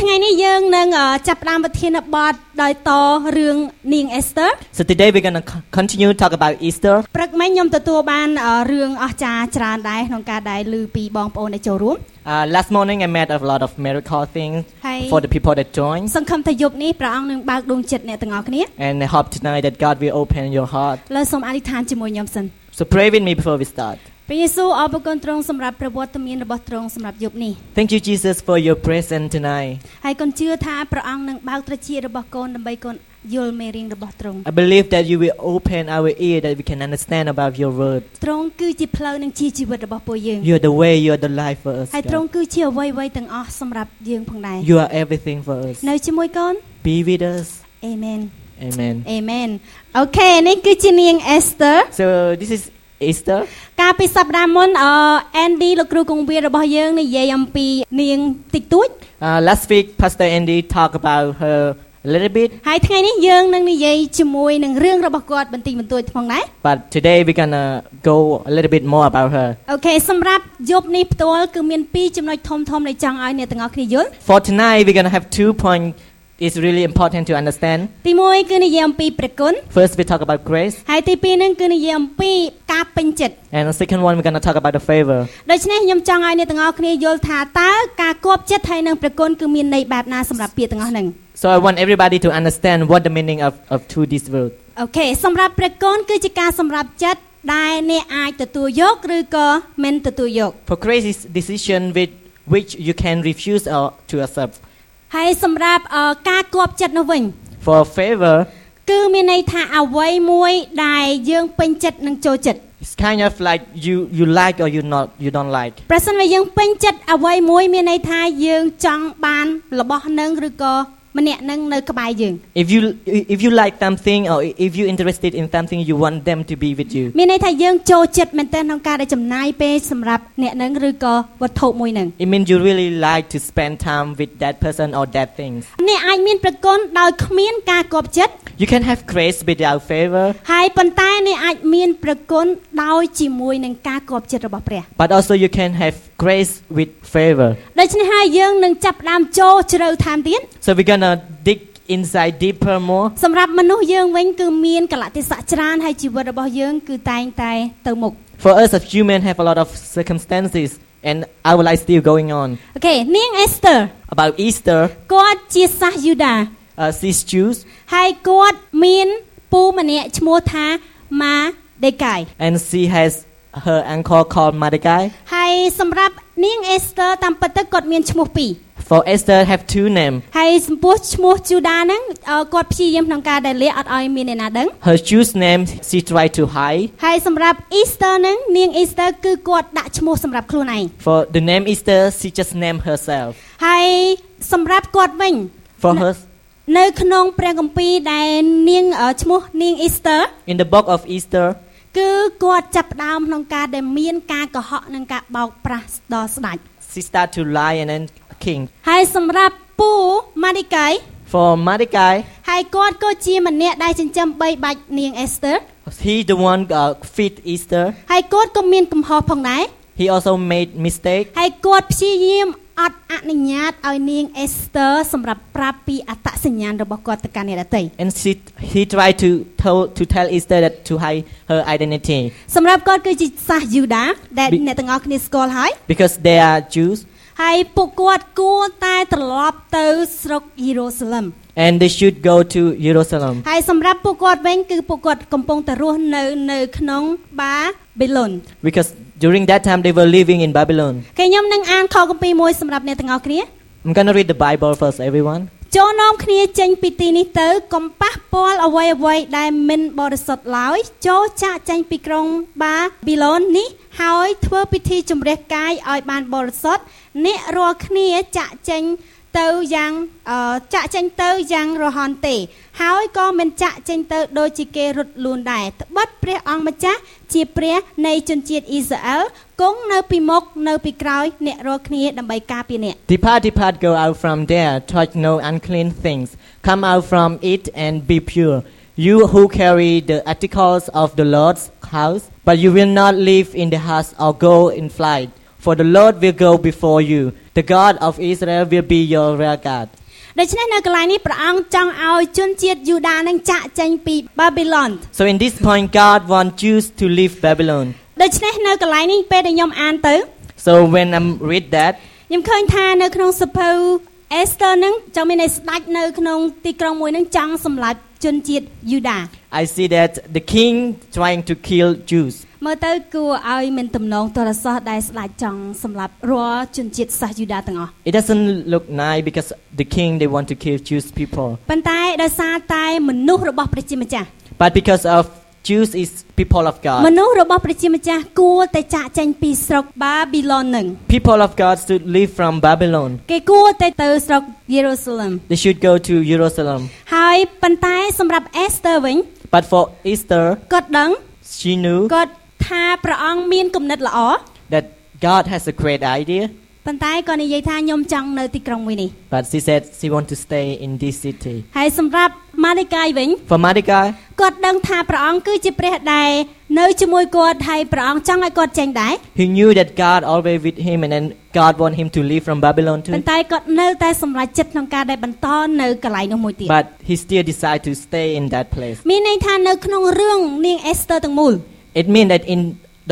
ថ្ងៃនេះយើងនឹងអឺចាប់ផ្ដើមប្រធានបទដោយតរឿងនាងអេស្ទើ So today we're going to c- continue talk about Easter. ព្រឹកមិញខ្ញុំទទួលបានអឺរឿងអស្ចារ្យច្រើនដែរក្នុងការដែលឮពីបងប្អូនដែលចូលរួម Uh, last morning I met a lot of miracle things Hi. for the people that joined, សង្ឃឹមថាយប់នេះព្រះអង្គនឹងបើកដួងចិត្តអ្នកទាំងអស់គ្នា and I hope tonight that God will open your heart. លើសូមអធិដ្ឋានជាមួយខ្ញុំសិន So pray with me before we start. ព្រះយេស៊ូវអរគុណទ្រង់សម្រាប់ប្រវត្តិមានរបស់ទ្រង់សម្រាប់យប់នេះ Thank you, Jesus, for your presence tonight. ហើយកូនជឿថាព្រះអង្គនឹងបើកត្រចៀករបស់កូនដើម្បីកូនយល់មេរៀនរបស់ទ្រង់ I believe that you will open our ear that we can understand about your word. ទ្រង់គឺជាផ្លូវនិងជាជីវិតរបស់ពួកយើង You are the way, you are the life for us. ហើយ God. ទ្រង់គឺជាអ្វីៗទាំងអស់សម្រាប់យើងផងដែរ You are everything for us. នៅជាមួយកូន Be with us. អេមែន Amen. អេមែនអូខេនេះគឺជានាងអេស្ទើ So this is Easter. កាលពីសប្តាហ៍មុនអអេនឌីលោកគ្រូគង្វាលរបស់យើងនិយាយអំពីនាងតិចតួច Uh, last week, Pastor Andy talked about her a little bit. ហើយថ្ងៃនេះយើងនឹងនិយាយជាមួយនឹងរឿងរបស់គាត់បន្តិចបន្តួចផងដែរ But today we're gonna go a little bit more about her. អូខេសម្រាប់យប់នេះផ្ទាល់គឺមាន2ចំណុចធំៗដែលចង់ឲ្យអ្នកទាំងអស់គ្នាយល់ For tonight we're gonna have two points. It's really important to understand. ទី1គឺនិយាយអំពីព្រះគុណ First we talk about grace, ហើយទី2ហ្នឹងគឺនិយាយអំពីការពេញចិត្ត and the second one we're gonna talk about the favor. ដូច្នេះខ្ញុំចង់ឲ្យអ្នកទាំងអស់គ្នាយល់ថាតើការគប់ចិត្តហើយនឹងព្រះគុណគឺមានន័យបែបណាសម្រាប់ពាក្យទាំងអស់ហ្នឹង So I want everybody to understand what the meaning of of to this word. អូខេសម្រាប់ព្រះគុណគឺជាការសម្រាប់ចិត្តដែលអ្នកអាចទទួលយកឬក៏មិនទទួលយក For grace is decision with which you can refuse or to accept. ហើយសម្រាប់អឺការគប់ចិត្តនោះវិញ For favor, គឺមានន័យថាអ្វីមួយដែលយើងពេញចិត្តនឹងចូលចិត្ត it's kind of like you you like or you not you don't like. ប្រសិនបើយើងពេញចិត្តអ្វីមួយមានន័យថាយើងចង់បានរបស់នឹងឬក៏ម្នាក់នឹងនៅក្បែរយើង If you if you like something or if you're interested in something, you want them to be with you. មានន័យថាយើងចូលចិត្តមែនទែនក្នុងការដែលចំណាយពេលសម្រាប់អ្នកនឹងឬក៏វត្ថុមួយនឹង It means you really like to spend time with that person or that thing. អ្នកអាចមានប្រគុណដោយគ្មានការគប់ចិត្ត You can have grace without favor, ហើយប៉ុន្តែអ្នកអាចមានប្រគុណដោយជាមួយនឹងការគប់ចិត្តរបស់ព្រះ but also you can have grace with favor. ដូច្នេះហើយយើងនឹងចាប់ផ្ដើមចូលជ្រៅថែមទៀត So we're gonna dig inside deeper more. សម្រាប់មនុស្សយើងវិញគឺមានកលៈទេសៈច្រើនហើយជីវិតរបស់យើងគឺតែងតែទៅមុខ For us as humans have a lot of circumstances and our life still going on. អូខេនាងអេស្ទើ About Easter, គាត់ជាសាសយូដា uh, these Jews ហើយគាត់មានពូម្នាក់ឈ្មោះថាម៉ាដេកាយ and she has her uncle called Mordecai. ហើយសម្រាប់នាងអេស្ទើតាមពិតទៅគាត់មានឈ្មោះពីរ For Esther have two names. ហើយសម្ពោះឈ្មោះជូដាហ្នឹងអឺគាត់ព្យាយាមក្នុងការដែលលាអត់ឲ្យមានអ្នកណាដឹង Her Jews name she tried to hide. ហើយសម្រាប់អ៊ីស្ទើហ្នឹងនាងអ៊ីស្ទើគឺគាត់ដាក់ឈ្មោះសម្រាប់ខ្លួនឯង For the name Esther, she just named herself. ហើយសម្រាប់គាត់វិញ For her, នៅក្នុងព្រះគម្ពីរដែលនាងអឺឈ្មោះនាងអ៊ីស្ទើ in the book of Esther, គឺគាត់ចាប់ផ្ដើមក្នុងការដែលមានការកុហកនិងការបោកប្រាស់ដល់ស្ដេច she started to lie and then king. ហើយសម្រាប់ពូម៉ាឌីកៃ For Mordecai, ហើយគាត់ក៏ជាម្នាក់ដែលចិញ្ចឹមបីបាច់នាងអេស្ទើ he the one uh, feed Esther. ហើយគាត់ក៏មានកំហុសផងដែរ He also made mistake. ហើយគាត់ព្យាយាមអត់អនុញ្ញាតឲ្យនាងអេស្ទើសម្រាប់ប្រាប់ពីអត្តសញ្ញាណរបស់គាត់ទៅកាន់អ្នកដទៃ And she, he tried to tell, to tell Esther that to hide her identity សម្រាប់គាត់គឺជាសាសយូដាដែល ប៊ី អ្នកទាំងអស់គ្នាស្គាល់ហើយ because they are Jews ហើយពួកគាត់គួរតែត្រឡប់ទៅស្រុកយេរូសាឡឹម and they should go to Jerusalem. ហើយសម្រាប់ពួកគាត់វិញគឺពួកគាត់កំពុងតែរស់នៅនៅក្នុងបាប៊ីឡុន Because during that time they were living in Babylon. គេខ្ញុំនឹងអានខគម្ពីរមួយសម្រាប់អ្នកទាំងអស់គ្នា I'm gonna read the Bible first, everyone. ចូលនាំគ្នាចេញពីទីនេះទៅកុំប៉ះពាល់អ្វីអ្វីដែលមិនបរិសុទ្ធឡើយចូលចាកចេញពីក្រុងបាប៊ីឡូននេះហើយធ្វើពិធីជំរះកាយឲ្យបានបរិសុទ្ធអ្នករាល់គ្នាចាកចេញទៅយ៉ាងអឺចាកចេញទៅយ៉ាងរហ័នទេ ហើយក៏មិនចាកចេញទៅដូចជាគេរត់លូនដែរត្បិតព្រះអង្គម្ចាស់ជាព្រះនៃជនជាតិអ៊ីស្រាអែលគង់នៅពីមុខនៅពីក្រោយអ្នករាល់គ្នាដើម្បីការពារអ្នក Depart, depart, go out from there, touch no unclean things. Come out from it and be pure. You who carry the articles of the Lord's house, but you will not live in the house or go in flight. For the Lord will go before you. The God of Israel will be your rear guard. ដូច្នេះនៅកន្លែងនេះព្រះអង្គចង់ឲ្យជនជាតិយូដានឹងចាកចេញពីបាប៊ីឡុន So in this point, God wants Jews to leave Babylon. ដូច្នេះនៅកន្លែងនេះពេលដែលខ្ញុំអានទៅ So when I read that, ខ្ញុំឃើញថានៅក្នុងសភៅអេសទើនឹងចង់មានន័យស្ដាច់នៅក្នុងទីក្រុងមួយនឹងចង់សម្លាប់ជនជាតិយូដា I see that the king trying to kill Jews. មើលទៅគួរឲ្យមានទំនងទរសោះដែលស្ដាច់ចង់សម្លាប់រាល់ជនជាតិសាសយូដាទាំងអស់ It doesn't look nice because the king they want to kill Jews people. ប៉ុន្តែដោយសារតែមនុស្សរបស់ព្រះជាម្ចាស់ But because of Jews is people of God. មនុស្សរបស់ព្រះជាម្ចាស់គួរតែចាកចេញពីស្រុកបាប៊ីឡុននឹង People of God should leave from Babylon. គេគួរតែទៅស្រុកយេរូសាឡឹម They should go to Jerusalem. ហើយប៉ុន្តែសម្រាប់អេសទើវិញ But for Esther, គាត់ដឹង she knew គាត់ថាព្រះអង្គមានគំនិតល្អ that God has a great idea. ប៉ុន្តែគាត់និយាយថាខ្ញុំចង់នៅទីក្រុងមួយនេះ But she said she want to stay in this city. ហើយសម្រាប់ម៉ាលីកាយវិញ For Mordecai, គាត់ដឹងថាព្រះអង្គគឺជាព្រះដែលនៅជាមួយគាត់ហើយព្រះអង្គចង់ឲ្យគាត់ចេញដែរ he knew that God always with him and then God want him to leave from Babylon ប៉ុ too. ន្តែគាត់នៅតែសម្រេចចិត្តក្នុងការដែលបន្តនៅកន្លែងនោះមួយទៀត But he still decided to stay in that place. មានន័យថានៅក្នុងរឿងនាងអេសទើទាំងមូល It means that in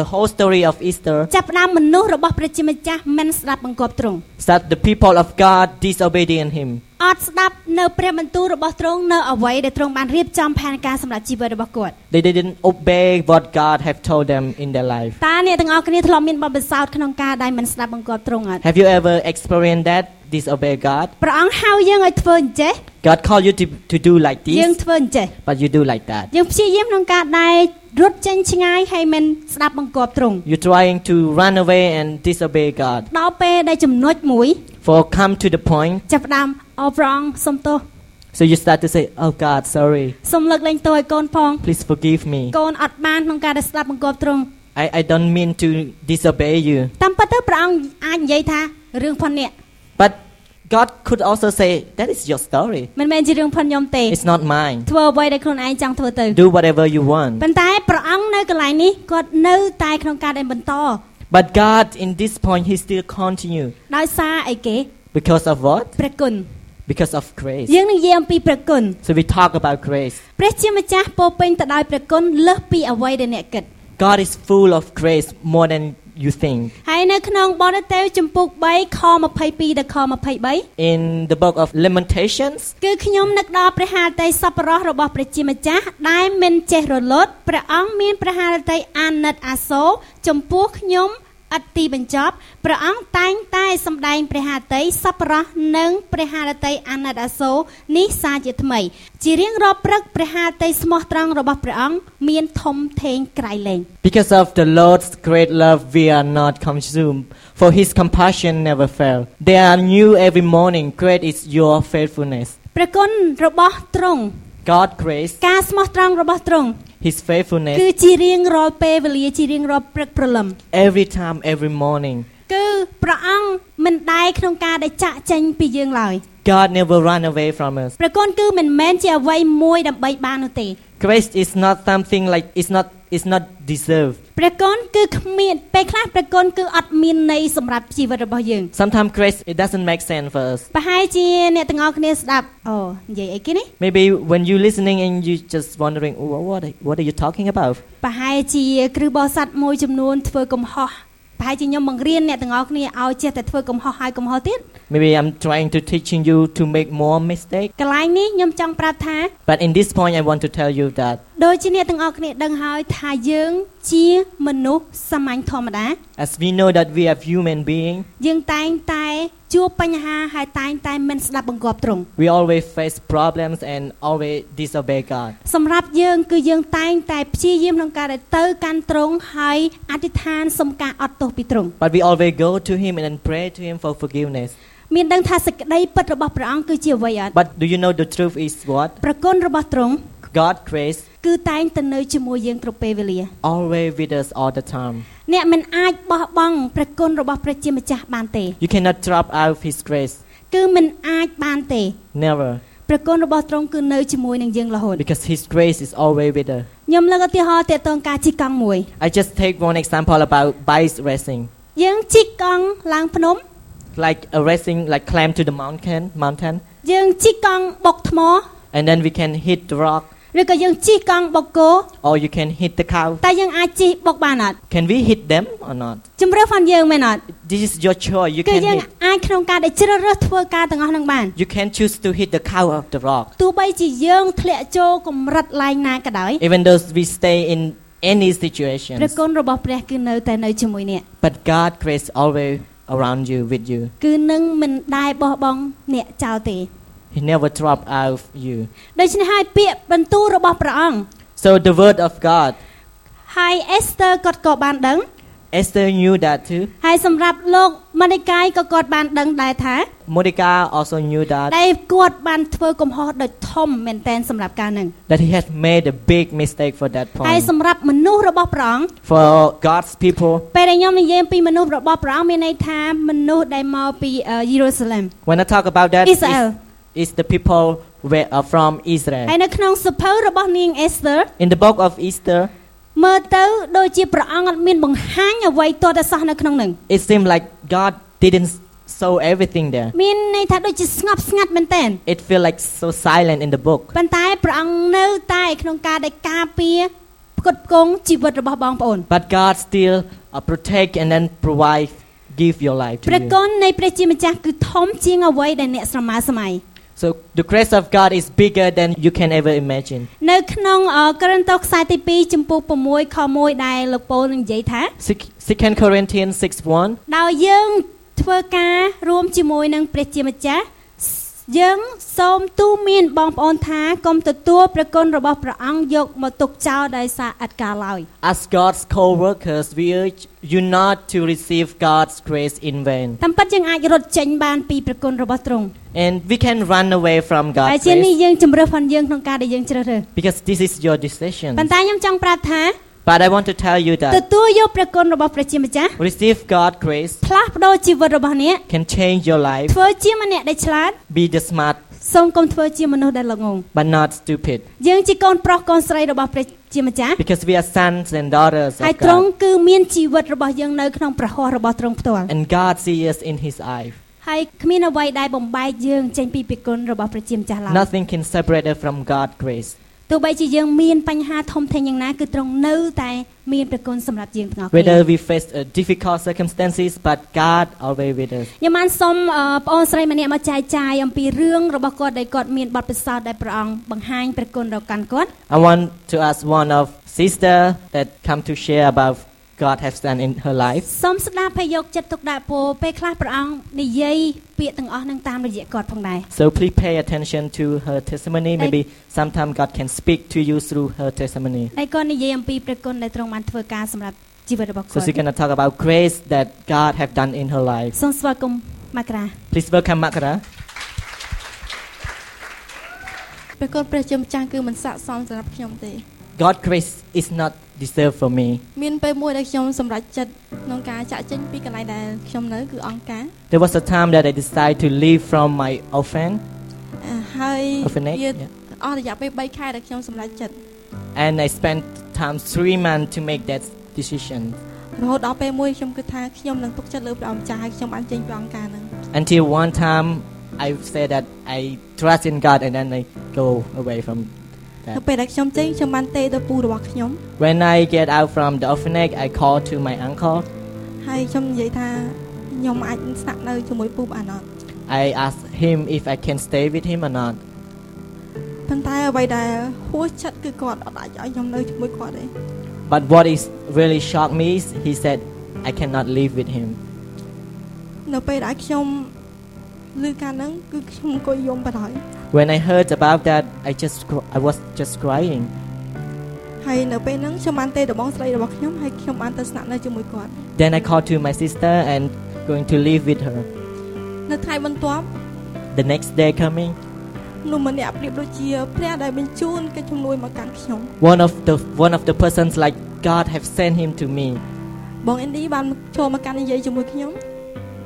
the whole story of Esther, ចាប់ផ្ដើមមនុស្សរបស់ព្រះជាម្ចាស់មិនស្ដាប់បង្គាប់ទ្រង់ that the people of God disobedient him. អត់ស្ដាប់នៅព្រះបន្ទូលរបស់ទ្រង់នៅអ្វីដែលទ្រង់បានរៀបចំផែនការសម្រាប់ជីវិតរបស់គាត់ They didn't obey what God have told them in their life. តើអ្នកទាំងអស់គ្នាធ្លាប់មានបទពិសោធន៍ក្នុងការដែលមិនស្ដាប់បង្គាប់ទ្រង់អត់ Have you ever experienced that? Disobey God? ព្រះអង្គហៅយើងឲ្យធ្វើអញ្ចេះ God called you to, to do like យើង this, ធ្វើអញ្ចេះ but you do like that. យើងព្យាយាមក្នុងការដែលរត់ចេញឆ្ងាយហើយមិនស្ដាប់បង្គាប់ទ្រង់ You're trying to run away and disobey God. ដល់ពេលដែលចំណុចមួយ For come to the point, ចាប់ផ្ដើមអូប្រងសុំទោស so you start to say, Oh God, sorry. សុំលើកលែងទោសឲ្យកូនផង Please forgive me. កូនអត់បានក្នុងការដែលស្ដាប់បង្គាប់ទ្រង់ I, I don't mean to disobey you. តាមពិតទៅព្រះអង្គអាចនិយាយថារឿងផុនអ្នក But God could also say, That is your story. មិនមែនជារឿងផុនខ្ញុំទេ It's not mine. ធ្វើអ្វីដែលខ្លួនឯងចង់ធ្វើទៅ Do whatever you want. ប៉ុន្តែព្រះអង្គនៅកន្លែងនេះគាត់នៅតែក្នុងការដែលបន្ត But God, in this point, He still continue ដោយសារអីគេ because of what? ព្រះគុណ Because of grace. យើងនឹងនិយាយអំពីព្រះគុណ So we talk about grace. ព្រះជាម្ចាស់ពោរពេញទៅដោយព្រះគុណលើសពីអ្វីដែលអ្នកគិត God is full of grace more than you think. ហើយនៅក្នុងបនតេវជំពូក3ខ22ដល់ខ23 In the book of Lamentations, គឺខ្ញុំនឹកដល់ព្រះハរតីសប្បុរសរបស់ព្រះជាម្ចាស់ដែលមិនចេះរលត់ព្រះអង្គមានព្រះハរតីអាណិតអាសូរចំពោះខ្ញុំអត់ទីបញ្ចប់ព្រះអង្គតែងតែសម្ដែងព្រះハរតីសប្បុរសនិងព្រះハរតីអាណិតអាសូរនេះសាជាថ្មី ជារៀងរាល់ព្រឹកព្រះハរតីស្មោះត្រង់របស់ព្រះអង្គមានធំធេងក្រៃលែង because of the Lord's great love, we are not consumed, for his compassion never fails. They are new every morning. Great is your faithfulness. ព្រះគុណរបស់ទ្រង់ God grace, ការស្មោះត្រង់របស់ទ្រង់ his គឺ faithfulness ជារៀងរាល់ពេលវេលាជារៀងរាល់ព្រឹកព្រលឹម every time, every morning. គឺព្រះអង្គមិនដែរក្នុងការដែលចាក់ចេញពីយើងឡើយ God never run away from us. ព្រះគុណគឺមិនមែនជាអ្វីមួយដើម្បីបាននោះទេ Grace is not something like it's not it's not deserved. ព្រះគុណគឺគ្មានពេលខ្លះព្រះគុណគឺអត់មានន័យសម្រាប់ជីវិតរបស់យើង Sometimes grace it doesn't make sense for us. ប្រហែលជាអ្នកទាំងអស់គ្នាស្ដាប់អូនិយាយអីគេនេះ Maybe when you listening and you just wondering, "Wha- what are- what are you talking about? ប្រហែលជាគ្រឹះបោស័តមួយចំនួនធ្វើកំហុសប្រហែលជាខ្ញុំបង្រៀនអ្នកទាំងអស់គ្នាឲ្យចេះតែធ្វើកំហុសហើយកំហុសទៀត Maybe I'm trying to teaching you to make more mistake. កន្លែងនេះខ្ញុំចង់ប្រាប់ថា But in this point, I want to tell you that ដូចជាអ្នកទាំងអស់គ្នាដឹងហើយថាយើងជាមនុស្សសាមញ្ញធម្មតា As we know that we are human beings, យើងតែងតែជួបបញ្ហាហើយតែងតែមិនស្ដាប់បង្គាប់ទ្រង់ we always face problems and always disobey God. សម្រាប់យើងគឺយើងតែងតែព្យាយាមក្នុងការដែលទៅកាន់ទ្រង់ហើយអធិដ្ឋានសុំការអត់ទោសពីទ្រង់ But we always go to Him and then pray to Him for forgiveness. មានដឹងថាសេចក្តីពិតរបស់ព្រះអង្គគឺជាអ្វីអត់ But do you know the truth is what? ប្រគុណរបស់ទ្រង់ God grace គឺតែងតែនៅជាមួយយើងគ្រប់ពេលវេលា always with us all the time. អ្នកមិនអាចបោះបង់ព្រះគុណរបស់ព្រះជាម្ចាស់បានទេ You cannot drop out of His grace. គឺមិនអាចបានទេ Never. ព្រះគុណរបស់ទ្រង់គឺនៅជាមួយនឹងយើងរហូត Because His grace is always with us. ខ្ញុំលើកឧទាហរណ៍ទាក់ទងការជីកកង់មួយ I just take one example about bike racing. យើងជីកកង់ឡើងភ្នំ Like a racing, like climb to the mountain, mountain, យើងជីកកង់បុកថ្ម and then we can hit the rock ឬក៏យើងជីកកង់បុកគោ or you can hit the cow. តែយើងអាចជីកបុកបានអត់ Can we hit them or not? ជំរឿផងយើងមែនអត់ This is your choice. You គឺ can យើង hit. អាចក្នុងការដែលជ្រើសរើសធ្វើការទាំងអស់ហ្នឹងបាន You can choose to hit the cow of the rock. ទោះបីជាយើងធ្លាក់ចូលកម្រិតឡើងណាក៏ដោយ Even though we stay in any ព្រះ situation, គុណរបស់ព្រះគឺនៅតែនៅជាមួយអ្នក but God grace always around you with you. គឺនឹងមិនដែរបោះបង់អ្នកចោលទេ He never drop out of you. ដូច្នេះហើយពាក្យបន្ទូលរបស់ព្រះអង្គ So the word of God, ហើយអេសទើគាត់ក៏បានដឹង Esther knew that too. ហើយសម្រាប់លោកមនិកាយក៏គាត់បានដឹងដែរថា Mordecai also knew that ដែលគាត់បានធ្វើកំហុសដូចធំមែនតែនសម្រាប់ការហ្នឹង that he had made a big mistake for that ហើយ point. សម្រាប់មនុស្សរបស់ព្រះអង្គ For God's people, ពេលដែលខ្ញុំនិយាយពីមនុស្សរបស់ព្រះអង្គមានន័យថាមនុស្សដែលមកពីអឺយេរូសាឡិម when I talk about that, it's- Israel. it's the people where, uh, from ហើយ Israel. នៅក្នុងសភៅរបស់នាងអេសទើ In the book of Esther, មើលទៅដូចជាព្រះអង្គអត់មានបង្ហាញអ្វីទាល់តែសោះនៅក្នុងហ្នឹង it seemed like God didn't show everything there. មានន័យថាដូចជាស្ងប់ស្ងាត់មែនតែន It feel like so silent in the book. ប៉ុន្តែព្រះអង្គនៅតែក្នុងការដែលការពារផ្គត់ផ្គង់ជីវិតរបស់បងប្អូន But God still uh, protect and then provide, give your life ព្រះ to គុ you. ណនៃព្រះជាម្ចាស់គឺធំជាងអ្វីដែលអ្នកស្រមើស្រមៃ So the grace of God is bigger than you can ever imagine. នៅក្នុងអឺក្រិនតូសខ្សែទី2ចំពោះ6ខ1ដែលលោកពូលនិយាយថា Sec- 2 Corinthians 6 1. ដោយយើងធ្វើការរួមជាមួយនឹងព្រះជាម្ចាស់យើងសូមទូន្មានបងប្អូនថាកុំទទួលព្រះគុណរបស់ព្រះអង្គយកមកទុកចោលដោយសារអត្តការឡើយ As God's co workers, we urge you not to receive God's grace in vain. តាមពិតយើងអាចរត់ចេញបានពីព្រះគុណរបស់ទ្រង់ And we can run away from ហើយ God's ជានេះ grace យើងជម្រើសផងយើងក្នុងការដែលយើងជ្រើសរើស because this is your decision. ប៉ុន្តែខ្ញុំចង់ប្រាប់ថា But I want to tell you ទ that ទួលយកព្រះគុណរបស់ព្រះជាម្ចាស់ receive God's grace ផ្លាស់ប្ដូរជីវិតរបស់អ្នក can change your life. ធ្វើជាម្នាក់ដែលឆ្លាត Be the smart សូមកុំធ្វើជាមនុស្សដែលល្ងង but not stupid យើងជាកូនប្រុសកូនស្រីរបស់ព្រះជាម្ចាស់ because we are sons and daughters ហើយ of ទ្រង់ God. គឺមានជីវិតរបស់យើងនៅក្នុងព្រះហស្ថរបស់ទ្រង់ផ្ទាល់ And God sees us in His eye. ហើយគ្មានអ្វីដែលបំបែកយើងចេញពីពីគុណរបស់ព្រះជាម្ចាស់ឡើយ Nothing can separate us from God's grace. ទោះបីជាយើងមានបញ្ហាធំធេងយ៉ាងណាគឺទ្រង់នៅតែមានព្រះគុណសម្រាប់យើងទាំងអស់គ្នា Whether we face uh, difficult circumstances, but God always with us. ខ្ញុំបានសូមអឺបងអូនស្រីម្នាក់មកចែកចាយអំពីរឿងរបស់គាត់ដែលគាត់មានបទពិសោធន៍ដែលព្រះអង្គបង្ហាញព្រះគុណដល់កាន់គាត់ I want to ask one of sister that come to share about God has done in her life. សូមស្ដាប់ហើយយកចិត្តទុកដាក់ពោលពេលខ្លះព្រះអង្គនិយាយពាក្យទាំងអស់ហ្នឹងតាមរយៈគាត់ផងដែរ So please pay attention to her testimony. Thank- Maybe sometime God can speak to you through her testimony. ហើយគាត់និយាយអំពីព្រះគុណដែលទ្រង់បានធ្វើការសម្រាប់ជីវិតរបស់ So គាត់ she's gonna talk about grace that God have done in her life. សូមស្វាគមន៍មករា Please welcome Makara. ព្រះគុណព្រះជាម្ចាស់គឺមិនស័ក្តិសមសម្រាប់ខ្ញុំទេ God grace is not deserved for me. មានពេលមួយដែលខ្ញុំសម្រេចចិត្តក្នុងការចាក់ចេញពីកន្លែងដែលខ្ញុំនៅគឺអង្គការ There was a time that I decided to leave from my orphan អ่าហើយ អូហ្វេនេច វាអស់រយៈពេល3ខែដែលខ្ញុំសម្រេចចិត្ត and I spent time three months to make that decision. រហូតដល់ពេលមួយខ្ញុំគិតថាខ្ញុំនឹងទុកចិត្តលើព្រះអម្ចាស់ហើយខ្ញុំបានចេញពីអង្គការហ្នឹង Until one time I said that I trust in God and then I go away from នៅពេលដែលខ្ញុំចេញខ្ញុំបានទេទៅពូរបស់ខ្ញុំ When I get out from the orphanage, I call to my uncle. ហើយខ្ញុំនិយាយថាខ្ញុំអាចស្នាក់នៅជាមួយពូបានអត់ I ask him if I can stay with him or not. ប៉ុន្តែអ្វីដែលហួសចិត្តគឺគាត់អត់អាចឲ្យខ្ញុំនៅជាមួយគាត់ទេ But what is really shocked me is he said, I cannot live with him. នៅពេលដែលខ្ញុំឮការហ្នឹងគឺខ្ញុំក៏យំបណ្ដោយ When I heard about that, I just cr- I was just crying. ហើយនៅពេលហ្នឹងខ្ញុំបានទេរបងស្រីរបស់ខ្ញុំហើយខ្ញុំបានទៅស្នាក់នៅជាមួយគាត់ Then I called to my sister and going to live with her. នៅថ្ងៃបន្ទាប់ The next day coming, មនុស្សម្នាក់ប្រៀបដូចជាព្រះដែលបញ្ជូនកិច្ចជំនួយមកកាន់ខ្ញុំ one of the one of the persons like God have sent him to me. បងអេនឌីបានមកចូលមកកាន់និយាយជាមួយខ្ញុំ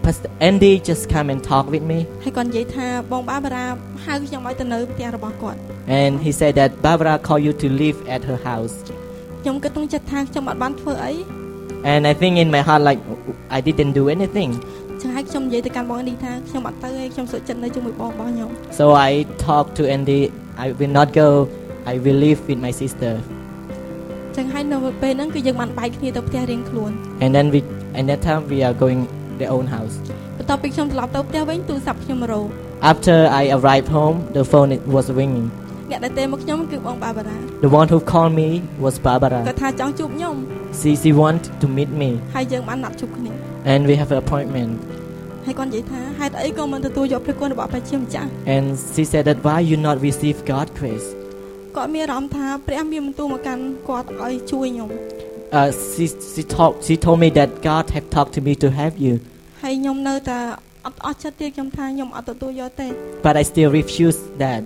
Pastor Andy just come and talk with me, ហើយគាត់និយាយថាបងបាបារ៉ាហៅខ្ញុំឲ្យទៅនៅផ្ទះរបស់គាត់ and he said that Barbara called you to live at her house. ខ្ញុំគិតក្នុងចិត្តថាខ្ញុំអត់បានធ្វើអី And I think in my heart like I didn't do anything. ចឹងហើយខ្ញុំនិយាយទៅកាន់បងអេនឌីថាខ្ញុំអត់ទៅទេខ្ញុំសុខចិត្តនៅជាមួយបងរបស់ខ្ញុំ So I talked to Andy. I will not go. I will live with my sister. ចឹងហើយនៅពេលហ្នឹងគឺយើងបានបែកគ្នាទៅផ្ទះរៀងខ្លួន And then we and that time we are going their own house. បន្ទាប់ពីខ្ញុំត្រឡប់ទៅផ្ទះវិញទូរស័ព្ទខ្ញុំរោ After I arrived home, the phone it was ringing. អ្នកដែលទេមកខ្ញុំគឺបងបាបារ៉ា The one who called me was Barbara. គាត់ថាចង់ជួបខ្ញុំ She, she wanted to meet me, ហើយយើងបានណាត់ជួបគ្នា and we have an appointment. ហើយគាត់និយាយថាហេតុអីក៏មិនទទួលយកព្រះគុណរបស់ព្រះជាម្ចាស់ And she said that why you not receive God grace? គាត់មានអារម្មណ៍ថាព្រះមានបន្ទូលមកកាន់គាត់ឲ្យជួយខ្ញុំ Uh, she she talked. She told me that God have talked to me to help you, ហើយខ្ញុំនៅតែអត់អស់ចិត្តទៀតខ្ញុំថាខ្ញុំអត់ទទួលយកទេ but I still refused that.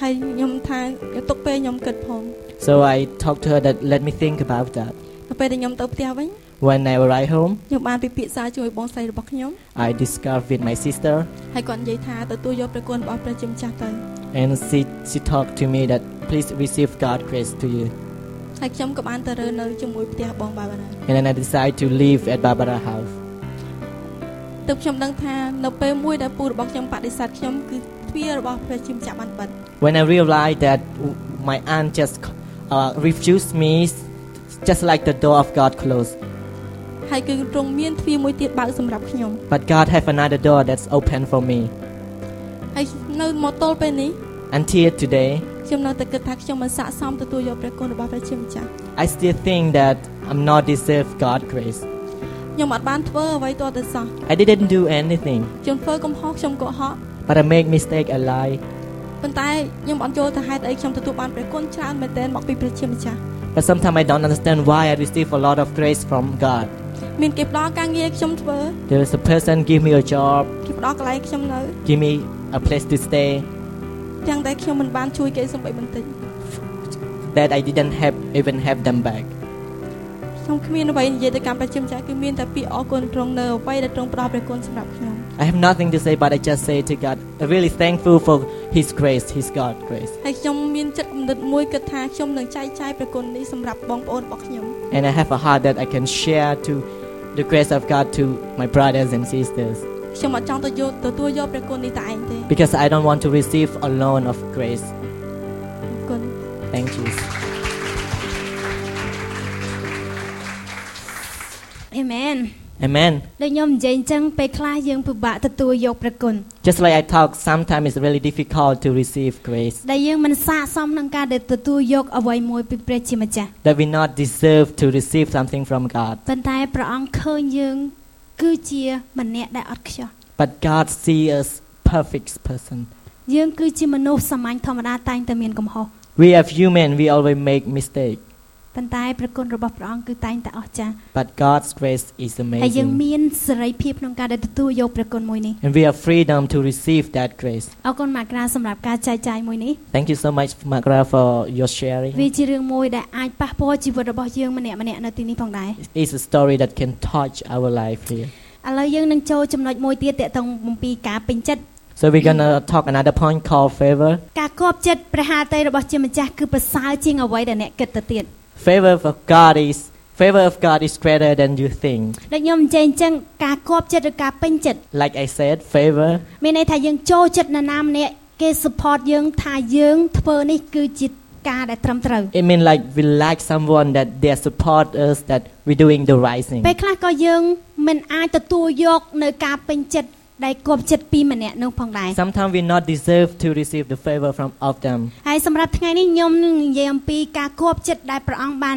ហើយខ្ញុំថាខ្ញុំទុកពេលខ្ញុំគិតផង So I talked to her that let me think about that. ដល់ពេលដែលខ្ញុំទៅផ្ទះវិញ When I arrived home, ខ្ញុំបានពិភាក្សាជាមួយបងស្រីរបស់ខ្ញុំ I discussed with my sister, ហើយគាត់និយាយថាទទួលយកព្រះគុណរបស់ព្រះជាម្ចាស់ទៅ and she she talked to me that please receive God grace to you. ហើយខ្ញុំក៏បានទៅរើនៅជាមួយផ្ទះបងបាបារ៉ា And then I decided to live at Barbara house. ទើបខ្ញុំដឹងថានៅពេលមួយដែលពូរបស់ខ្ញុំបដិសេធខ្ញុំគឺទ្វាររបស់ព្រះជាម្ចាស់បានបិទ When I realized that w- my aunt just uh, refused me, s- just like the door of God closed. ហើយគឺទ្រង់មានទ្វារមួយទៀតបើកសម្រាប់ខ្ញុំ But God have another door that's open for me. ហើយនៅមកទល់ពេលនេះ Until today, ខ្ញុំនៅតែគិតថាខ្ញុំមិនស័ក្តិសមទទួលយកព្រះគុណរបស់ព្រះជាម្ចាស់ I still think that I'm not deserve God grace. ខ្ញុំអត់បានធ្វើអ្វីទាល់តែសោះ I didn't do anything, ខ្ញុំធ្វើកំហុសខ្ញុំកុហក but I make mistake, I lie. ប៉ុន្តែខ្ញុំអត់យល់ថាហេតុអីខ្ញុំទទួលបានព្រះគុណច្រើនមែនទែនមកពីព្រះជាម្ចាស់ But sometimes I don't understand why I receive a lot of grace from God. មានគេផ្ដល់ការងារឲ្យខ្ញុំធ្វើ There is a person give me a job, គេផ្ដល់កន្លែងឲ្យខ្ញុំនៅ give me a place to stay ទាំងតែខ្ញុំមិនបានជួយគេសម្បីបន្តិច that I didn't have even have them back. ខ្ញុំគ្មានអ្វីនិយាយទៅកាន់ព្រះជាម្ចាស់គឺមានតែពាក្យអរគុណត្រង់នៅអ្វីដែលត្រង់ផ្ដល់ព្រះគុណសម្រាប់ខ្ញុំ I have nothing to say, but I just say to God, I'm really thankful for His grace, His God grace. ហើយខ្ញុំមានចិត្តគំនិតមួយគិតថាខ្ញុំនឹងចែកចាយព្រះគុណនេះសម្រាប់បងប្អូនរបស់ខ្ញុំ And I have a heart that I can share to the grace of God to my brothers and sisters ខ្ញុំអត់ចង់ទៅយកទទួលយកព្រះគុណនេះតែឯងទេ because I don't want to receive alone of grace. គុណ Thank you. Amen Amen. ដូចខ្ញុំនិយាយអញ្ចឹងពេលខ្លះយើងពិបាកទទួលយកព្រះគុណ Just like I talk, sometimes it's really difficult to receive grace ដែលយើងមិនស័ក្តិសមនឹងការដែលទទួលយកអ្វីមួយពីព្រះជាម្ចាស់ that we not deserve to receive something from God. ប៉ុន្តែព្រះអង្គឃើញយើង គឺជាម្នាក់ដែលអត់ខ្ចោះ But God sees us perfect person. យើងគឺជាមនុស្សសាមញ្ញធម្មតាតែងតែមានកំហុស We are human, we always make mistake, ប៉ុន្តែព្រះគុណរបស់ព្រះអង្គគឺតែងតែអស្ចារ្យ but God's grace is ហើយយើង amazing. មានសេរីភាពក្នុងការដែលទទួលយកព្រះគុណមួយនេះ And we have freedom to receive that grace. អរគុណមកក្រាសម្រាប់ការចែកចាយមួយនេះ Thank you so much, Magra, for your វា sharing. ជារឿងមួយដែលអាចប៉ះពាល់ជីវិតរបស់យើងម្នាក់ៗនៅទីនេះផងដែរ It's a story that can touch our life here. ឥឡូវយើងនឹងចូលចំណុចមួយទៀតទាក់ទងអំពីការពេញចិត្ត So we're gonna talk another point called favor. ការគប់ចិត្តព្រះハតីរបស់ជាម្ចាស់គឺប្រសើរជាងអ្វីដែលអ្នកគិតទៅទៀត Favor of God is favor of God is greater than you think. ដូចខ្ញុំនិយាយអញ្ចឹងការគប់ចិត្តឬការពេញចិត្ត Like I said, favor មានន័យថាយើងចូលចិត្តនរណាម្នាក់គេ support យើងថាយើងធ្វើនេះគឺជាការដែលត្រឹមត្រូវ it means like we like someone that they support us that we're doing the right thing. ពេលខ្លះក៏យើងមិនអាចទទួលយកនៅការពេញចិត្ត ដែលគប់ចិត្តពីម្នាក់នោះផងដែរ Sometimes we not deserve to receive the favor from of them. ហើយសម្រាប់ថ្ងៃនេះខ្ញុំនឹងនិយាយអំពីការគប់ចិត្តដែលព្រះអង្គបាន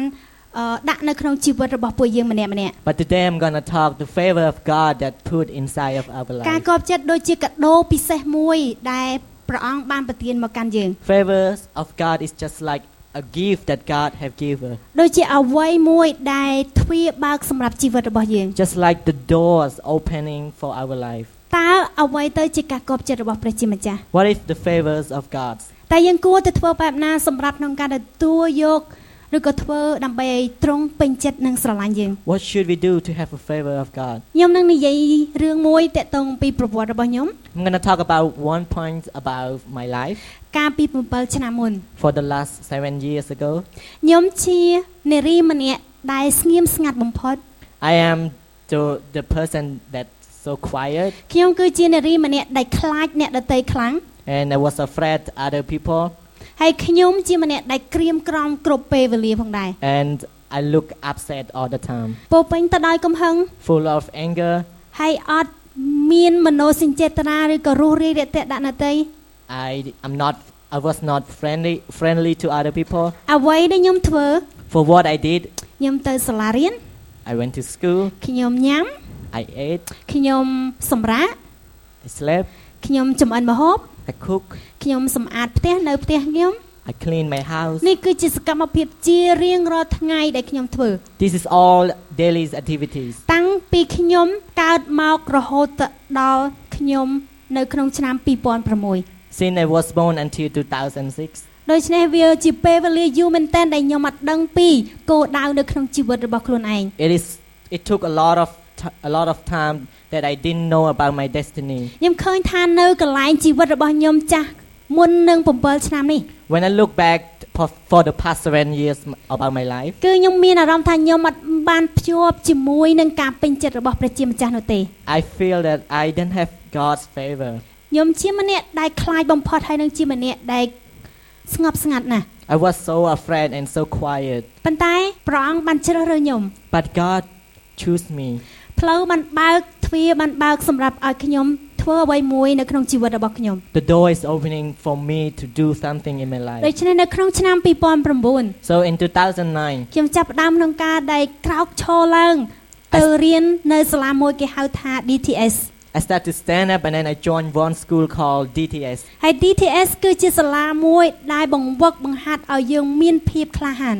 អឺដាក់នៅក្នុងជីវិតរបស់ពួកយើងម្នាក់ម្នាក់ But today I'm gonna talk the favor of God that put inside of our ការ life. គប់ចិត្តដូចជាកាដូពិសេសមួយដែលព្រះអង្គបានប្រទានមកកាន់យើង Favors of God is just like a gift that God have given. ដូចជាអវ័យមួយដែលទ្វារបើកសម្រាប់ជីវិតរបស់យើង Just like the doors opening for our life. តើអវ័យទៅជាការគប់ចិត្តរបស់ព្រះជាម្ចាស់ What is the favors of God? តែយើងគួរតែធ្វើបែបណាសម្រាប់ក្នុងការទទួលយកឬក៏ធ្វើដើម្បីឲ្យត្រង់ពេញចិត្តនិងស្រឡាញ់យើង What should we do to have a favor of God? ខ្ញុំនឹងនិយាយរឿងមួយតាក់ទងពីប្រវត្តិរបស់ខ្ញុំ I'm gonna talk about one point about my life កាលពី7ឆ្នាំមុន for the last seven years ago. ខ្ញុំជានារីម្នាក់ដែលស្ងៀមស្ងាត់បំផុត I am the, the person that's so quiet ខ្ញុំគឺជានារីម្នាក់ដែលខ្លាចអ្នកដទៃខ្លាំង and I was afraid other people ហើយខ្ញុំជាម្នាក់ដែលក្រៀមក្រំគ្រប់ពេលវេលាផងដែរ and I look upset all the time, ពោរពេញទៅដោយកំហឹង full of anger. ហើយអត់មានមនោសញ្ចេតនាឬក៏រសរាយរាក់ទាក់ដាក់ណតី I am not I was not friendly friendly to other people. អ្វីដែលខ្ញុំធ្វើ For what I did, ខ្ញុំទៅសាលារៀន I went to school, ខ្ញុំញ៉ាំ I ate, ខ្ញុំសម្រាក I slept, ខ្ញុំចំអិនម្ហូប I cook, ខ្ញុំសម្អាតផ្ទះនៅផ្ទះខ្ញុំ I clean my house. នេះគឺជាសកម្មភាពជារៀងរាល់ថ្ងៃដែលខ្ញុំធ្វើ This is all daily activities. តាំងពីខ្ញុំកើតមករហូតទៅដល់ខ្ញុំនៅក្នុងឆ្នាំ2006 Since I was born until 2006, ដូច្នេះវាជាពេលវេលាយូរមែនទែនដែលខ្ញុំអត់ដឹងពីគោលដៅនៅក្នុងជីវិតរបស់ខ្លួនឯង it is it took a lot of t- a lot of time that I didn't know about my destiny. ខ្ញុំឃើញថានៅកន្លែងជីវិតរបស់ខ្ញុំចាស់មុននឹង7ឆ្នាំនេះ When I look back t- for- for the past seven years m- about my life, គឺខ្ញុំមានអារម្មណ៍ថាខ្ញុំអត់បានភ្ជាប់ជាមួយនឹងការពេញចិត្តរបស់ព្រះជាម្ចាស់នោះទេ I feel that I didn't have God's favor. ខ្ញុំជាម្នាក់ដែលខ្លាចបំផុតហើយនឹងជាម្នាក់ដែលស្ងប់ស្ងាត់ណាស់ I was so afraid and so quiet. ប៉ុន្តែព្រះអង្គបានជ្រើសរើសខ្ញុំ But God chose me. ផ្លូវបានបើកទ្វារបានបើកសម្រាប់ឲ្យខ្ញុំធ្វើអ្វីមួយនៅក្នុងជីវិតរបស់ខ្ញុំ The door is opening for me to do something in my ដូ life. ច្នេះនៅក្នុងឆ្នាំ2009 So in 2009, ខ្ញុំចាប់ផ្ដើមក្នុងការដែលក្រោកឈរឡើង ទៅរៀននៅសាលាមួយគេហៅថា DTS I started to stand up and then I joined one school called DTS. ហើយ DTS គឺជាសាលាមួយដែលបង្វឹកបង្ហាត់ឲ្យយើងមានភាពក្លាហាន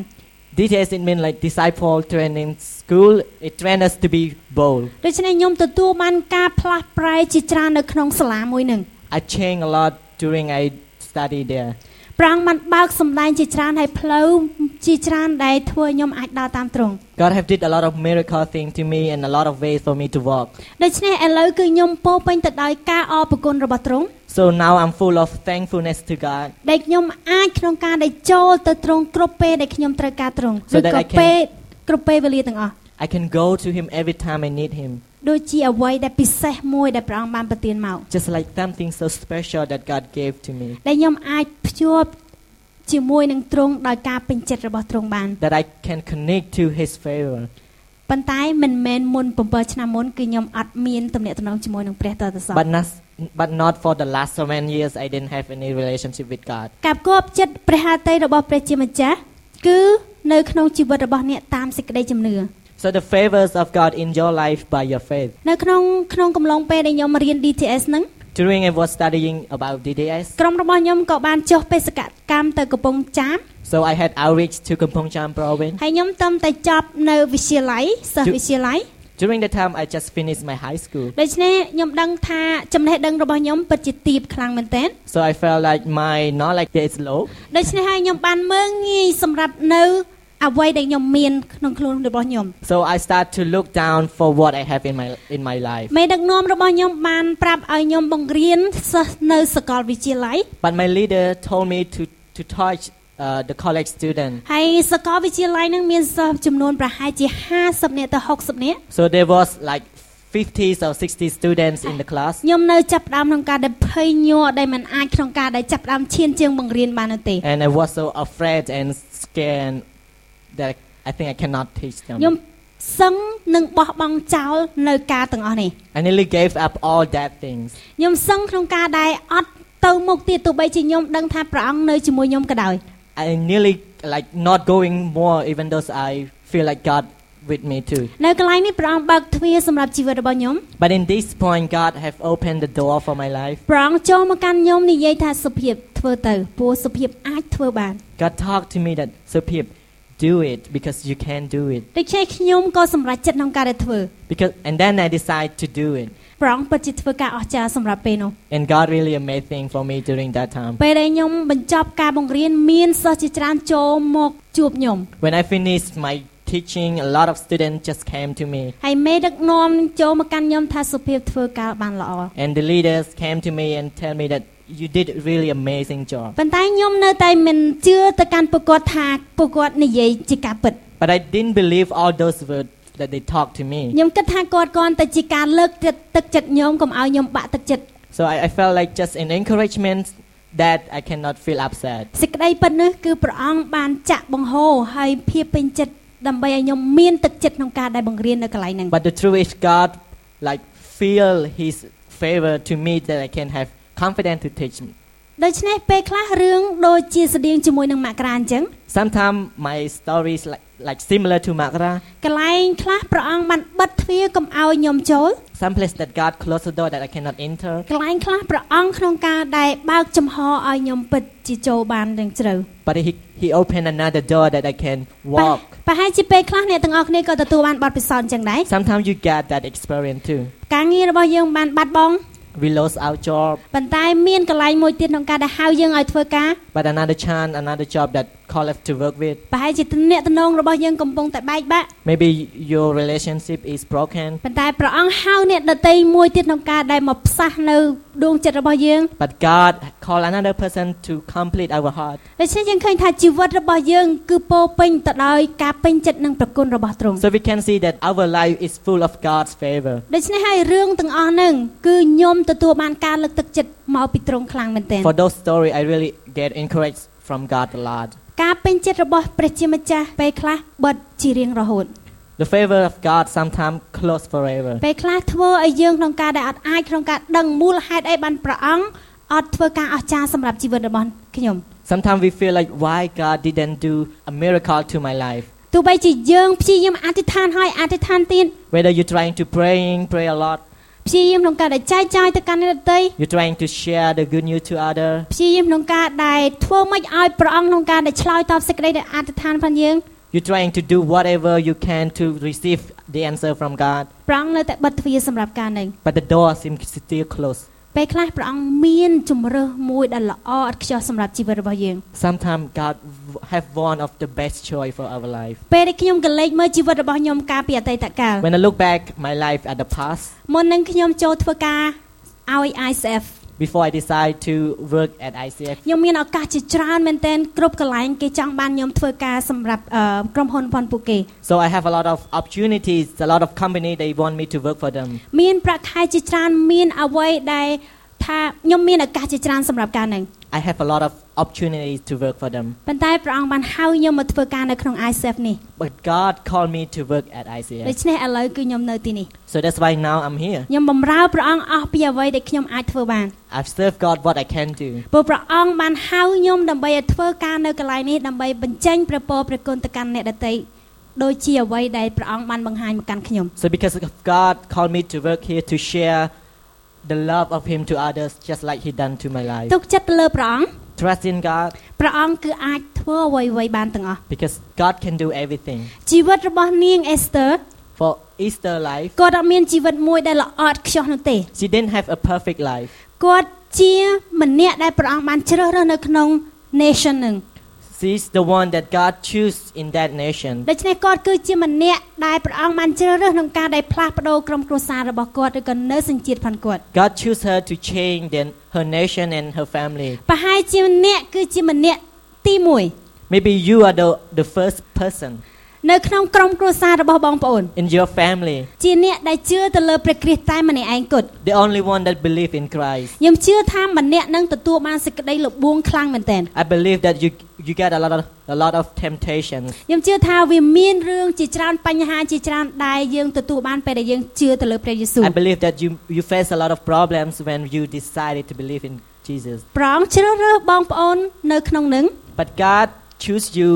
DTS it means like disciple training school. It trained us to be bold. ដូច្នេះខ្ញុំទទួលបានការផ្លាស់ប្រែជាច្រើននៅក្នុងសាលាមួយហ្នឹង I changed a lot during I studied there. ព្រះអង្គបានបើកសម្ដែងជាច្រើនហើយផ្លូវជាច្រើនដែលធ្វើខ្ញុំអាចដើរតាមត្រង់ God have did a lot of miracle thing to me and a lot of ways for me to walk. ដូច្នេះឥឡូវគឺខ្ញុំពោរពេញទៅដោយការអរព្រគុណរបស់ទ្រង់ So now I'm full of thankfulness to God. ដែលខ្ញុំអាចក្នុងការដែលចូលទៅត្រង់គ្រប់ពេលដែលខ្ញុំត្រូវការត្រង់ឬ So that ក៏ I can- ពេលគ្រប់ពេលវេលាទាំងអស់ I can go to Him every time I need Him. ដូចជាអ្វីដែលពិសេសមួយដែលព្រះអង្គបានប្រទានមក Just like something so special that God gave to me. ដែលខ្ញុំអាចភ្ជាប់ជាមួយនឹងទ្រង់ដោយការពេញចិត្តរបស់ទ្រង់បាន That I can connect to His favor. ប៉ុន្តែមិនមែនមុន7ឆ្នាំមុនគឺខ្ញុំអត់មានទំនាក់ទំនងជាមួយនឹងព្រះតតសោះ But not, but not for the last seven years I didn't have any relationship with God. ការគប់ចិត្តព្រះハតេរបស់ព្រះជាម្ចាស់គឺនៅក្នុងជីវិតរបស់អ្នកតាមសេចក្តីជំនឿ So the favors of God in your life by your faith. នៅក្នុងក្នុងកំឡុងពេលដែលខ្ញុំរៀន DTS ហ្នឹង During I was studying about DDS, ក្រុមរបស់ខ្ញុំក៏បានចុះបេសកកម្មទៅកំពង់ចាម so I had outreach to Kampong Cham province. ហើយខ្ញុំតាមតែចប់នៅវិទ្យាល័យសិស្ស ជុ វិទ្យាល័យ During the time I just finished my high school, ដូច្នេះខ្ញុំដឹងថាចំណេះដឹងរបស់ខ្ញុំពិតជាទាបខ្លាំងមែនទែន so I felt like my knowledge there is low. ដូច្នេះហើយខ្ញុំបានមើងងាយសម្រាប់នៅអ្វីដែលខ្ញុំមានក្នុងខ្លួនរបស់ខ្ញុំ So I start to look down for what I have in my in my life. មេដឹកនាំរបស់ខ្ញុំបានប្រាប់ឲ្យខ្ញុំបង្រៀនសិស្សនៅសាកលវិទ្យាល័យ But my leader told me to to touch uh, the college student. ហើយសាកលវិទ្យាល័យហ្នឹងមានសិស្សចំនួនប្រហែលជា50នាក់ទៅ60នាក់ So there was like 50 or 60 students in the class, ខ្ញុំនៅចាប់ផ្ដើមក្នុងការដែលភ័យញ័រដែលមិនអាចក្នុងការដែលចាប់ផ្ដើមឈានជើងបង្រៀនបាននោះទេ and I was so afraid and scared that I think I cannot teach ខ្ញុំ them. សឹងនឹងបោះបង់ចោលនៅការទាំងអស់នេះ I nearly gave up all that things. ខ្ញុំសឹងក្នុងការដែលអត់ទៅមុខទៀតទោះបីជាខ្ញុំដឹងថាព្រះអង្គនៅជាមួយខ្ញុំក៏ដោយ I nearly like not going more, even though I feel like God with me too. នៅកន្លែងនេះព្រះអង្គបើកទ្វារសម្រាប់ជីវិតរបស់ខ្ញុំ But in this point, God have opened the door for my life. ព្រះអង្គចូលមកកាន់ខ្ញុំនិយាយថាសុភាពធ្វើទៅព្រោះសុភាពអាចធ្វើបាន God talked to me that Sapip, do it because you can do it. ដូច្នេះខ្ញុំក៏សម្រេចចិត្តក្នុងការដែលធ្វើ Because and then I decide to do it. ព្រះអង្គពិតជាធ្វើការអស្ចារ្យសម្រាប់ពេលនោះ And God really amazing for me during that time. ពេលដែលខ្ញុំបញ្ចប់ការបង្រៀនមានសិស្សជាច្រើនចូលមកជួបខ្ញុំ When I finished my teaching, a lot of students just came to me. ហើយមេដឹកនាំចូលមកកាន់ខ្ញុំថាសុភាពធ្វើការបានល្អ And the leaders came to me and tell me that you did a really amazing job. ប៉ុន្តែខ្ញុំនៅតែមិនជឿទៅកាន់ពួកគាត់ថាពួកគាត់និយាយជាការពិត But I didn't believe all those words that they talked to me. ខ្ញុំគិតថាគាត់គ្រាន់តែជាការលើកទឹកទឹកចិត្តខ្ញុំកុំឲ្យខ្ញុំបាក់ទឹកចិត្ត So I, I felt like just an encouragement that I cannot feel upset. សេចក្តីពិតនេះគឺព្រះអង្គបានចាក់បង្ហូរឲ្យភាពពេញចិត្តដើម្បីឲ្យខ្ញុំមានទឹកចិត្តក្នុងការដែលបង្រៀននៅកន្លែងហ្នឹង But the truth is God like feel his favor to me that I can have confidence to teach me. ដូច្នេះពេលខ្លះរឿងដូចជាស្តៀងជាមួយនឹងមករាអញ្ចឹង Sometimes my story is like, like similar to Makra. កន្លែងខ្លះព្រះអង្គបានបិទទ្វារកុំឲ្យខ្ញុំចូល Some place that God closed the door that I cannot enter. កន្លែងខ្លះព្រះអង្គក្នុងការដែលបើកចំហឲ្យខ្ញុំពិតជាចូលបានយ៉ាងជ្រៅ But he, he opened another door that I can ប្រ walk. ប្រហែលជាពេលខ្លះអ្នកទាំងអស់គ្នាក៏ទទួលបានបទពិសោធន៍អញ្ចឹងដែរ Sometimes you get that experience too. ការងាររបស់យើងបានបាត់បង់ We lost our job, ប៉ុន្តែមានកន្លែងមួយទៀតក្នុងការដែលហៅយើងឲ្យធ្វើការ but another chance, another job that call us to work with. ប្រហែលជាទំនាក់ទំនងរបស់យើងកំពុងតែបែកបាក់ Maybe your relationship is broken, ប៉ុន្តែព្រះអង្គហៅអ្នកដតីមួយទៀតក្នុងការដែលមកផ្សះនៅដួងចិត្តរបស់យើង but God call another person to complete our heart. ដូច្នេះយើងឃើញថាជីវិតរបស់យើងគឺពោរពេញទៅដោយការពេញចិត្តនិងប្រគុណរបស់ទ្រង់ So we can see that our life is full of God's favor. ដូច្នេះហើយរឿងទាំងអស់ហ្នឹងគឺខ្ញុំទទួលបានការលើកទឹកចិត្តមកពីទ្រង់ខ្លាំងមែនទែន For those story, I really get encouraged from God a lot. ការពេញចិត្តរបស់ព្រះជាម្ចាស់ពេលខ្លះបិទជារៀងរហូត The favor of God sometimes close forever. ពេលខ្លះធ្វើឲ្យយើងក្នុងការដែលអត់អាចក្នុងការដឹងមូលហេតុអីបានព្រះអង្គអត់ធ្វើការអស្ចារ្យសម្រាប់ជីវិតរបស់ខ្ញុំ Sometimes we feel like why God didn't do a miracle to my life. ទោះបីជាយើងព្យាយាមអធិដ្ឋានហើយអធិដ្ឋានទៀត Whether you're trying to praying, pray a lot, ព្យាយាមក្នុងការដែលចែកចាយទៅកាន់អ្នកដទៃ you're trying to share the good news to other, ព្យាយាមក្នុងការដែលធ្វើម៉េចឲ្យព្រះអង្គក្នុងការដែលឆ្លើយតបសេចក្តីដែលអធិដ្ឋានផងយើង you're trying to do whatever you can to receive the answer from God, ព្រះអង្គនៅតែបិទទ្វារសម្រាប់ការហ្នឹង but the door seems still closed. ពេលខ្លះព្រះអង្គមានជំរើសមួយដែលល្អឥតខ្ចោះសម្រាប់ជីវិតរបស់យើង Sometimes God w- have one of the best choice for our life. ពេលដែលខ្ញុំកលេចមើលជីវិតរបស់ខ្ញុំកាលពីអតីតកាល When I look back my life at the past, មុននឹងខ្ញុំចូលធ្វើការឲ្យ ICF before I decide to work at ICF, ខ្ញុំមានឱកាសជាច្រើនមែនទែនគ្រប់កន្លែងគេចង់បានខ្ញុំធ្វើការសម្រាប់អឺក្រុមហ៊ុនផងពួកគេ so I have a lot of opportunities, a lot of company they want me to work for them. មានប្រាក់ខែជាច្រើនមានអ្វីដែលថាខ្ញុំមានឱកាសជាច្រើនសម្រាប់ការហ្នឹង I have a lot of opportunities to work for them, ប៉ុន្តែព្រះអង្គបានហៅខ្ញុំមកធ្វើការនៅក្នុង ICF នេះ but God called me to work at ដូ ICF. ច្នេះឥឡូវគឺខ្ញុំនៅទីនេះ So that's why now I'm here. ខ្ញុំបំរើព្រះអង្គអស់ពីអ្វីដែលខ្ញុំអាចធ្វើបាន I've served God what I can do. ព្រោះព្រះអង្គបានហៅខ្ញុំដើម្បីឲ្យធ្វើការនៅកន្លែងនេះដើម្បីបញ្ចេញព្រះពរព្រះគុណទៅកាន់អ្នកដទៃដូចជាអ្វីដែលព្រះអង្គបានបង្ហាញមកកាន់ខ្ញុំ So because of God called me to work here to share the love of Him to others, just like He done to my life. ទុកចិត្តទៅលើព្រះអង្គ Trust in God ព្រះអង្គគឺអាចធ្វើអ្វីៗបានទាំងអស់ because God can do everything. ជីវិតរបស់នាងអេសទើ For Easter life, គាត់អត់មានជីវិតមួយដែលល្អឥតខ្ចោះនោះទេ she didn't have a perfect life. គាត់ជាម្នាក់ដែលព្រះអង្គបានជ្រើសរើសនៅក្នុង nation ហ្នឹង She's the one that God chose in that nation. ដូច្នេះគាត់គឺជាម្នាក់ដែលព្រះអង្គបានជ្រើសរើសក្នុងការដែលផ្លាស់ប្ដូរក្រុមគ្រួសាររបស់គាត់ឬក៏នៅសញ្ជាតិផងគាត់ God chose her to change then her nation and her family. ប្រហែលជាអ្នកគឺជាម្នាក់ទី1 Maybe you are the, the first person នៅក្នុងក្រុមគ្រួសាររបស់បងប្អូន in your family, ជាអ្នកដែលជឿទៅលើព្រះគ្រីស្ទតែម្នាក់ឯងគត់ the only one that believe in Christ. ខ្ញុំជឿថាម្នាក់នឹងទទួលបានសេចក្តីលបួងខ្លាំងមែនទែន I believe that you, you get a lot of a lot of temptations ខ្ញុំជឿថាវាមានរឿងជាច្រើនបញ្ហាជាច្រើនដែលយើងទទួលបានពេលដែលយើងជឿទៅលើព្រះយេស៊ូវ I believe that you you face a lot of problems when you decided to believe in Jesus ព្រះអង្គជ្រើសរើសបងប្អូននៅក្នុងនឹង but God choose you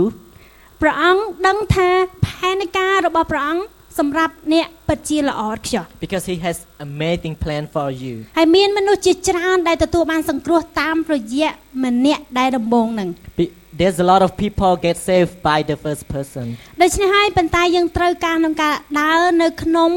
ព្រះអង្គដឹងថាផែនការរបស់ព្រះអង្គសម្រាប់អ្នកពិតជាល្អឥតខ្ចោះ because he has amazing plan for you ហើយមានមនុស្សជាច្រើនដែលទទួលបានសង្គ្រោះតាមរយៈម្នាក់ដែលដំបងនឹង Be- there's a lot of people get saved by the first person ដូច្នេះហើយប៉ុន្តែយើងត្រូវការក្នុងការដើរនៅក្នុង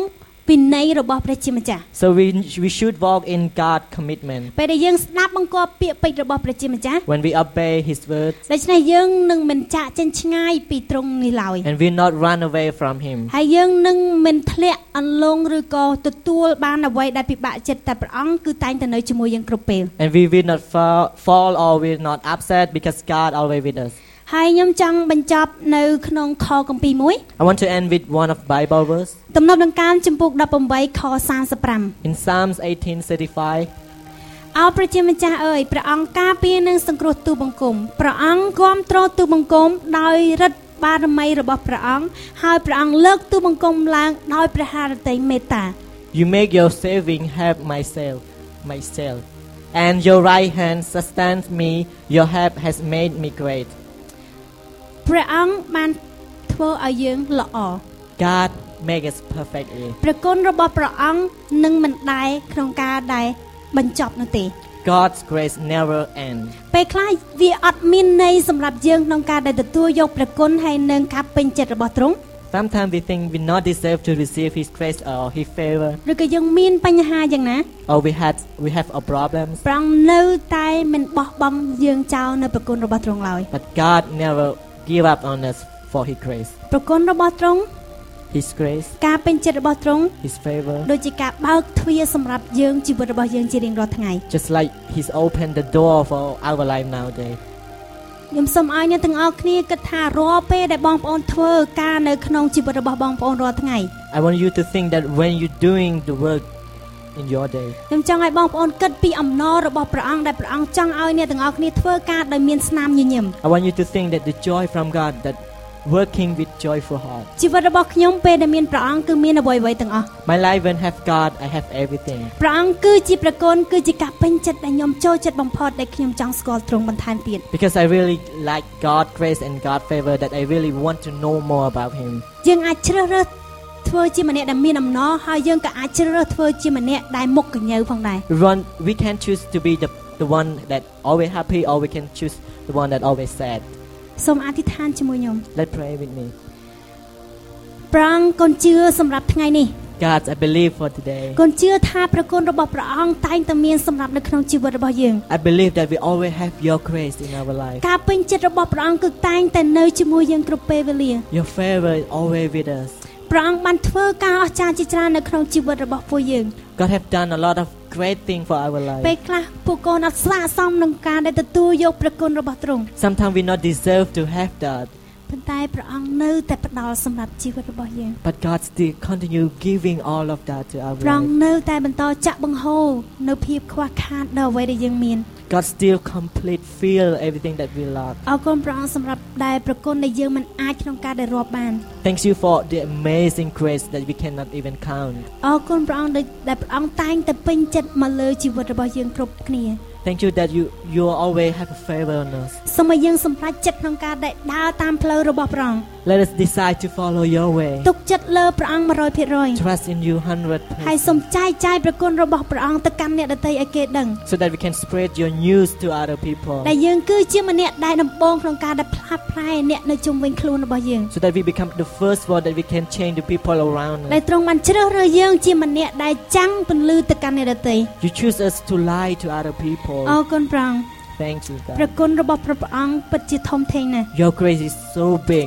ពិន័យរបស់ព្រះជាម្ចាស់ so we we should walk in God commitment ពេលដែលយើងស្ដាប់បង្គាប់ពាក្យពេចន៍របស់ព្រះជាម្ចាស់ when we obey his word ដូច្នេះយើងនឹងមិនចាក់ចេញឆ្ងាយពីទ្រង់នេះឡើយ and we not run away from him ហើយយើងនឹងមិនធ្លាក់អន្លង់ឬក៏ទទួលបានអ្វីដែលពិបាកចិត្តតែព្រះអង្គគឺតែងតែនៅជាមួយយើងគ្រប់ពេល and we will not fall, fall or will not upset because God always with us ហើយខ្ញុំចង់បញ្ចប់នៅក្នុងខកំពីរមួយ I want to end with one of Bible verse ទំនប់នឹងការចំពុក18ខ35 in Psalms 18:35 អោព្រះជាម្ចាស់អើយព្រះអង្គការពារនឹងសង្គ្រោះទូបង្គំព្រះអង្គគាំទ្រទូបង្គំដោយរិទ្ធបារមីរបស់ព្រះអង្គហើយព្រះអង្គលើកទូបង្គំឡើងដោយព្រះハរតីមេត្តា You make your saving help myself, myself, and your right hand sustains me. Your help has made me great. ព្រះអង្គបានធ្វើឲ្យយើងល្អ God make us perfectly. ព្រះគុណរបស់ព្រះអង្គនឹងមិនដែរក្នុងការដែរបញ្ចប់នោះទេ God's grace never ends. ពេលខ្លះវាអត់មានន័យសម្រាប់យើងក្នុងការដែលទទួលយកព្រះគុណហើយនឹងការពេញចិត្តរបស់ទ្រង់ Sometimes we think we not deserve to receive His grace or His favor, ឬក៏យើងមានបញ្ហាយ៉ាងណា or we had we have our problems. ព្រះអង្គនៅតែមិនបោះបង់យើងចោលនៅព្រះគុណរបស់ទ្រង់ឡើយ But God never give up on us for His grace, ព្រះគុណរបស់ទ្រង់ His grace, ការពេញចិត្តរបស់ទ្រង់ His favor. ដូចជាការបើកទ្វារសម្រាប់យើងជីវិតរបស់យើងជារៀងរាល់ថ្ងៃ Just like He's opened the door for our life nowadays. ខ្ញុំសូមឲ្យអ្នកទាំងអស់គ្នាគិតថារាល់ពេលដែលបងប្អូនធ្វើការនៅក្នុងជីវិតរបស់បងប្អូនរាល់ថ្ងៃ I want you to think that when you're doing the work in your day, ខ្ញុំចង់ឲ្យបងប្អូនគិតពីអំណររបស់ព្រះអង្គដែលព្រះអង្គចង់ឲ្យអ្នកទាំងអស់គ្នាធ្វើការដោយមានស្នាមញញឹម I want you to think that the joy from God, that working with joyful heart. ជីវិតរបស់ខ្ញុំពេលដែលមានព្រះអង្គគឺមានអ្វីៗទាំងអស់ My life when have God, I have everything. ព្រះអង្គគឺជាប្រគុណគឺជាការពេញចិត្តដែលខ្ញុំចូលចិត្តបំផុតដែលខ្ញុំចង់ស្គាល់ទ្រង់បន្ថែមទៀត Because I really like God grace and God favor that I really want to know more about Him. យើងអាចជ្រើសរើសធ្វើជាម្នាក់ដែលមានអំណរហើយយើងក៏អាចជ្រើសរើសធ្វើជាម្នាក់ដែលមុខកញ្ញើផងដែរ We, want, we can choose to be the, the one that always happy or we can choose the one that always sad. សូមអធិដ្ឋានជាមួយខ្ញុំ Let's pray with me. ព្រះអង្គកូនជឿសម្រាប់ថ្ងៃនេះ God, I believe for today. កូនជឿថាប្រគុណរបស់ព្រះអង្គតែងតែមានសម្រាប់នៅក្នុងជីវិតរបស់យើង I believe that we always have your grace in our life. ការពេញចិត្តរបស់ព្រះអង្គគឺតែងតែនៅជាមួយយើងគ្រប់ពេលវេលា Your favor is always with us. ព្រះអង្គបានធ្វើការអស្ចារ្យជាច្រើននៅក្នុងជីវិតរបស់ពួកយើង God have done a lot of great things for our ពេល life. ខ្លះពួកកូនអត់ស្លាកសមនឹងការដែលទទួលយកប្រគុណរបស់ទ្រង់ Sometimes we not deserve to have that. ប៉ុន្តែព្រះអង្គនៅតែផ្ដល់សម្រាប់ជីវិតរបស់យើង But God still continue giving all of that to our ព្រះអង្គ life. នៅតែបន្តចាក់បង្ហូរនៅភាពខ្វះខាតដល់អ្វីដែលយើងមាន God still complete fill everything that we lack. អរគុណព្រះអង្គសម្រាប់ដែលប្រគុណដែលយើងមិនអាចក្នុងការដែលរាប់បាន Thanks you for the amazing grace that we cannot even count. អរគុណព្រះអង្គដែលដែលព្រះអង្គតែងតែពេញចិត្តមកលើជីវិតរបស់យើងគ្រប់គ្នា Thank you that you you always have a favor on us. សូមឲ្យយើងសម្រេចចិត្តក្នុងការដែលដើរតាមផ្លូវរបស់ព្រះអង្គ Let us decide to follow your way. ទុកចិត្តលើព្រះអង្គ100% Trust in you ហើយ 100%. សូមចែកចាយប្រគុណរបស់ព្រះអង្គទៅកាន់អ្នកដទៃឲ្យគេដឹង So that we can spread your news to other people. ដែលយើងគឺជាម្នាក់ដែលដំបងក្នុងការដែលផ្លាស់ប្លែអ្នកនៅជុំវិញខ្លួនរបស់យើង So that we become the first one that we can change the people around ដែល us. ទ្រង់បានជ្រើសរើសយើងជាម្នាក់ដែលចាំងពន្លឺទៅកាន់អ្នកដទៃ You choose us to lie to other អរ people. គុណព្រះអង្គ Thank you, ព្រះ God. គុណរបស់ព្រះព្រះអង្គពិតជាធំធេងណាស់ Your grace is so big.